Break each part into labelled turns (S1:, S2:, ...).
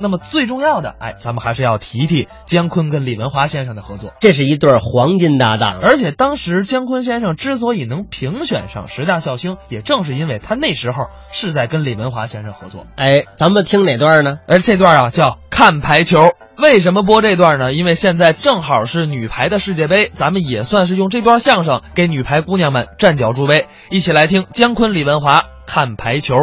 S1: 那么最重要的，哎，咱们还是要提提姜昆跟李文华先生的合作。
S2: 这是一对儿黄金搭档。
S1: 而且当时姜昆先生之所以能评选上十大笑星，也正是因为他那时候是在跟李文华先生合作。
S2: 哎，咱们听哪段呢？
S1: 而这段啊叫看排球。为什么播这段呢？因为现在正好是女排的世界杯，咱们也算是用这段相声给女排姑娘们站脚助威。一起来听姜昆、李文华看排球。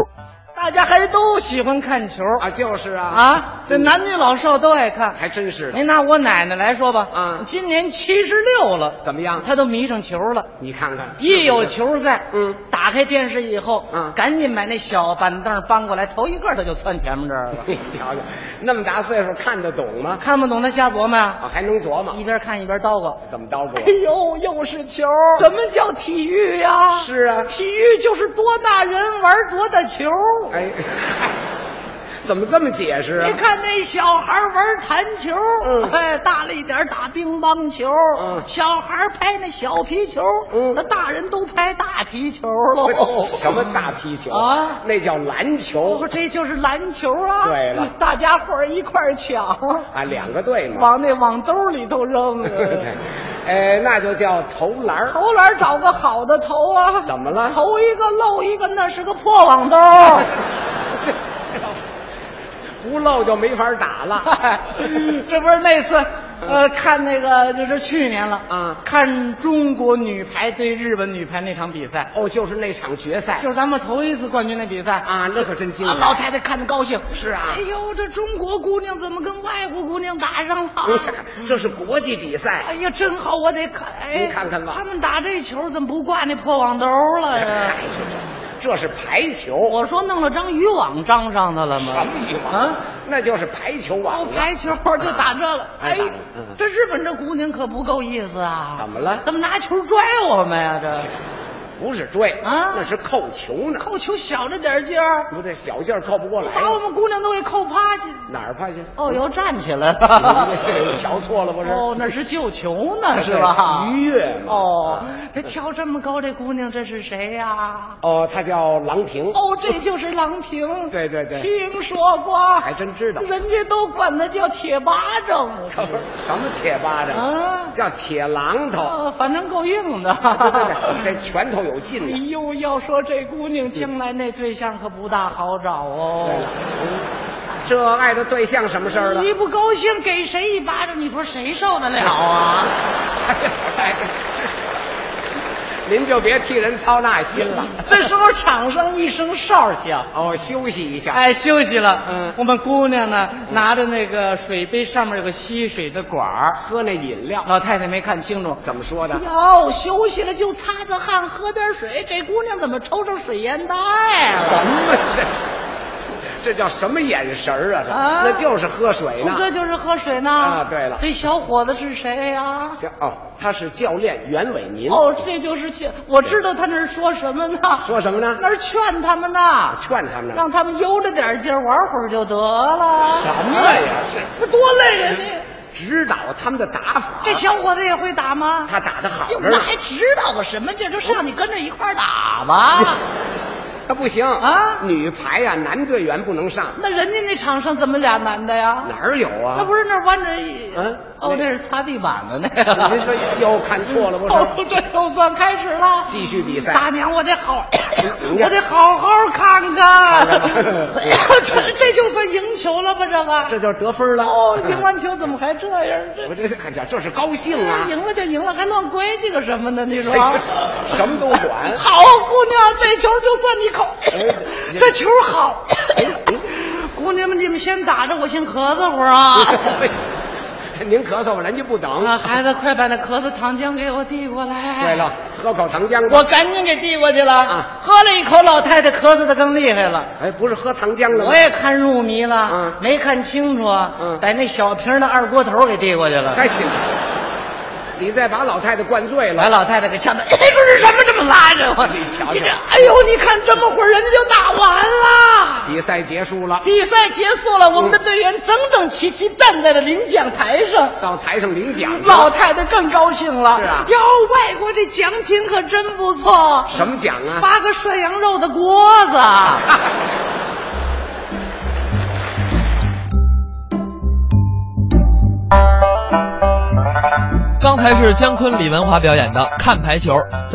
S3: 大家还都喜欢看球
S4: 啊，就是啊，
S3: 啊，这男女老少都爱看。
S4: 还真是
S2: 哎
S4: 的。
S3: 您拿我奶奶来说吧，
S4: 嗯
S3: 今年七十六了，
S4: 怎么样？
S3: 她都迷上球了。
S4: 你看看，
S3: 一有球赛，
S4: 嗯
S3: 打开电视以后，
S4: 嗯
S3: 赶紧把那小板凳搬过来，头一个她就窜前面这儿了。
S4: 你瞧瞧，那么大岁数看得懂吗？
S3: 看不懂她瞎琢磨呀，
S4: 嗯啊，嗯还能琢磨
S3: 一，边看一边叨咕。
S4: 怎么叨咕？
S3: 哎呦，又是球！什么叫体育呀、
S4: 嗯是啊
S3: 体育就是多大人玩多大球。
S4: 哎， 嗨，怎么这么解释啊
S3: 你？看那小孩玩弹球，
S4: 嗯
S3: 哎，大了一点打乒乓球，
S4: 嗯
S3: 小孩拍那小皮球，
S4: 嗯
S3: 那大人都拍大皮球喽。
S4: 什么 大皮球
S3: 啊
S4: 那叫篮球
S3: 哦，这就是篮球啊！
S4: 对了
S3: 大家伙儿一块 儿抢，
S4: 啊，两个队 嘛。
S3: 往那网兜里 头扔啊。
S4: 呃，那就叫投篮儿
S3: 投篮找个好的投啊！
S4: 怎么了
S3: 投一个漏一个，那是个破网兜。
S4: 不漏就没法打了。
S3: 这不是那次，呃，看那个这是去年了
S4: 啊
S3: 看中国女排对日本女排那场比赛，
S4: 哦，就是那场决赛
S3: 就是咱们头一次冠军那比赛。
S4: 啊，那可真精
S3: 啊
S4: 彩。，
S3: 老太太看的高兴，
S4: 是啊
S3: 哎呦，这中国姑娘怎么跟外国姑娘打上了？
S4: 你看看， 这是国际比
S3: 哎
S4: 赛，
S3: 呀，真好，我得看。哎，
S4: 您看看吧哎
S3: 他们打这球怎么不挂那破网兜了哎呀
S4: 嗨？，这这这是排球，
S3: 我说弄了张渔网张上它了
S4: 什
S3: 吗？
S4: 么欲望
S3: 啊？
S4: 那就是排球网
S3: 哦，
S4: 了。
S3: 排球就打这个，
S4: 哎
S3: 哎
S4: 打嗯，
S3: 这日本这姑娘可不够意思啊！
S4: 怎么了
S3: 怎么拿球拽我们呀？这
S4: 不是追
S3: 啊
S4: 那是扣球呢。
S3: 扣球小着点劲儿，
S4: 不对，小劲儿扣不过来。
S3: 把我们姑娘都给扣趴下。
S4: 哪儿趴下？
S3: 哦哟，站起来
S4: 你
S3: 了，
S4: 瞧错了不是
S3: 哦，那是救球呢，是吧？
S4: 对愉悦嘛
S3: 哦
S4: 啊，
S3: 这跳这么高，这姑娘这是谁呀？
S4: 哦，他叫郎平。
S3: 哦，这就是郎 平。
S4: 对对对
S3: 听说过，
S4: 还真知道
S3: 人家都管她叫铁巴掌。
S4: 可不是什么铁巴掌
S3: 啊
S4: 叫铁榔头。
S3: 啊，反正够硬的。
S4: 哦对对对，这拳头有劲
S3: 哎
S4: 呢。
S3: 呦，要说这姑娘将来那对象可不大好找
S4: 对
S3: 哦
S4: 了。嗯这爱的对象什么事儿了？
S3: 一不高兴给谁一巴掌，你说谁受得了啊？
S4: 您就别替人操那心了。
S3: 这时候场上一声哨响，
S4: 哦，休息一下。
S3: 哎，休息了。
S4: 嗯
S3: 我们姑娘呢，拿着那个水杯，上面有个吸水的管儿。
S4: 喝那饮料
S3: 老太太没看清楚，
S4: 怎么说的？
S3: 哟，休息了就擦擦汗，喝点水。这姑娘怎么抽上水烟袋了？
S4: 什么这？这叫什么眼神儿啊？这
S3: 啊哦
S4: 那就是喝水呢。
S3: 这就是喝水呢。
S4: 啊对了
S3: 这小伙子是谁啊呀、
S4: 行哦，他是教练袁伟民。
S3: 哦，这就是劝，我知道他那儿说什么呢？
S4: 说什么呢？啊
S3: 那儿劝他们呢，
S4: 劝他们呢。
S3: 让他们悠着点劲儿，玩会儿就得了。
S4: 什么呀？是
S3: 这多累人呢！
S4: 指导他们的打法。
S3: 这小伙子也会打吗？
S4: 啊他打的好着
S3: 哟
S4: 呢
S3: 那。还知道个什么劲儿？就上去跟着一块儿
S4: 哦
S3: 打 吧。
S4: 那不行
S3: 啊
S4: 女排呀，男队员不能上。
S3: 那人家那场上怎么俩男的呀？
S4: 哪儿有啊？
S3: 那不是那儿弯着一……
S4: 嗯
S3: 哦，
S4: 那
S3: 那是擦地板的那
S4: 您
S3: 个。
S4: 说又看错了不是？
S3: 哦，这就算开始了。
S4: 继续比赛
S3: 大娘，我得好
S4: 你，看
S3: 我得好好看
S4: 看
S3: 看
S4: 看吧。
S3: 这这就算赢球了吧？这个
S4: 这就是得分了。
S3: 哦，
S4: 嗯
S3: 赢完球怎么还这样？
S4: 我这看这这是高兴
S3: 这
S4: 啊！
S3: 赢了就赢了，还乱规矩个什么呢？你说
S4: 这这什么都管。
S3: 好姑娘，这球就算你扣
S4: 哎，这
S3: 这球好
S4: 哎哎。
S3: 姑娘们，你们先打着，我先咳嗽会 儿啊。
S4: 您咳嗽吧，人家不等。
S3: 啊，孩子，快把那咳嗽糖浆给我递过来。
S4: 对了，，喝口糖浆吧。
S3: 我赶紧给递过去了。
S4: 啊
S3: 喝了一口，老太太咳嗽的更厉害了。
S4: 哎，不是喝糖浆了吗？
S3: 我也看入迷了，
S4: 嗯
S3: 没看清楚，
S4: 嗯
S3: 把那小瓶的二锅头给递过去 了。
S4: 该醒醒。你再把老太太灌醉
S3: 把
S4: 了，
S3: 老太太给吓得，哎，这是什么？这么拉着我？
S4: 你瞧瞧
S3: 这哎呦，你看这么会儿，人家就打完了。
S4: 比赛结束了，
S3: 比赛结束了，我们的队员整整齐齐站在了领奖台上。
S4: 到台上领奖去了。
S3: 老太太更高兴了，
S4: 嗯是啊
S3: 哟，外国这奖品可真不错，
S4: 什么奖啊？
S3: 八个涮羊肉的锅子。
S1: 才是姜昆、李文华表演的《看排球》。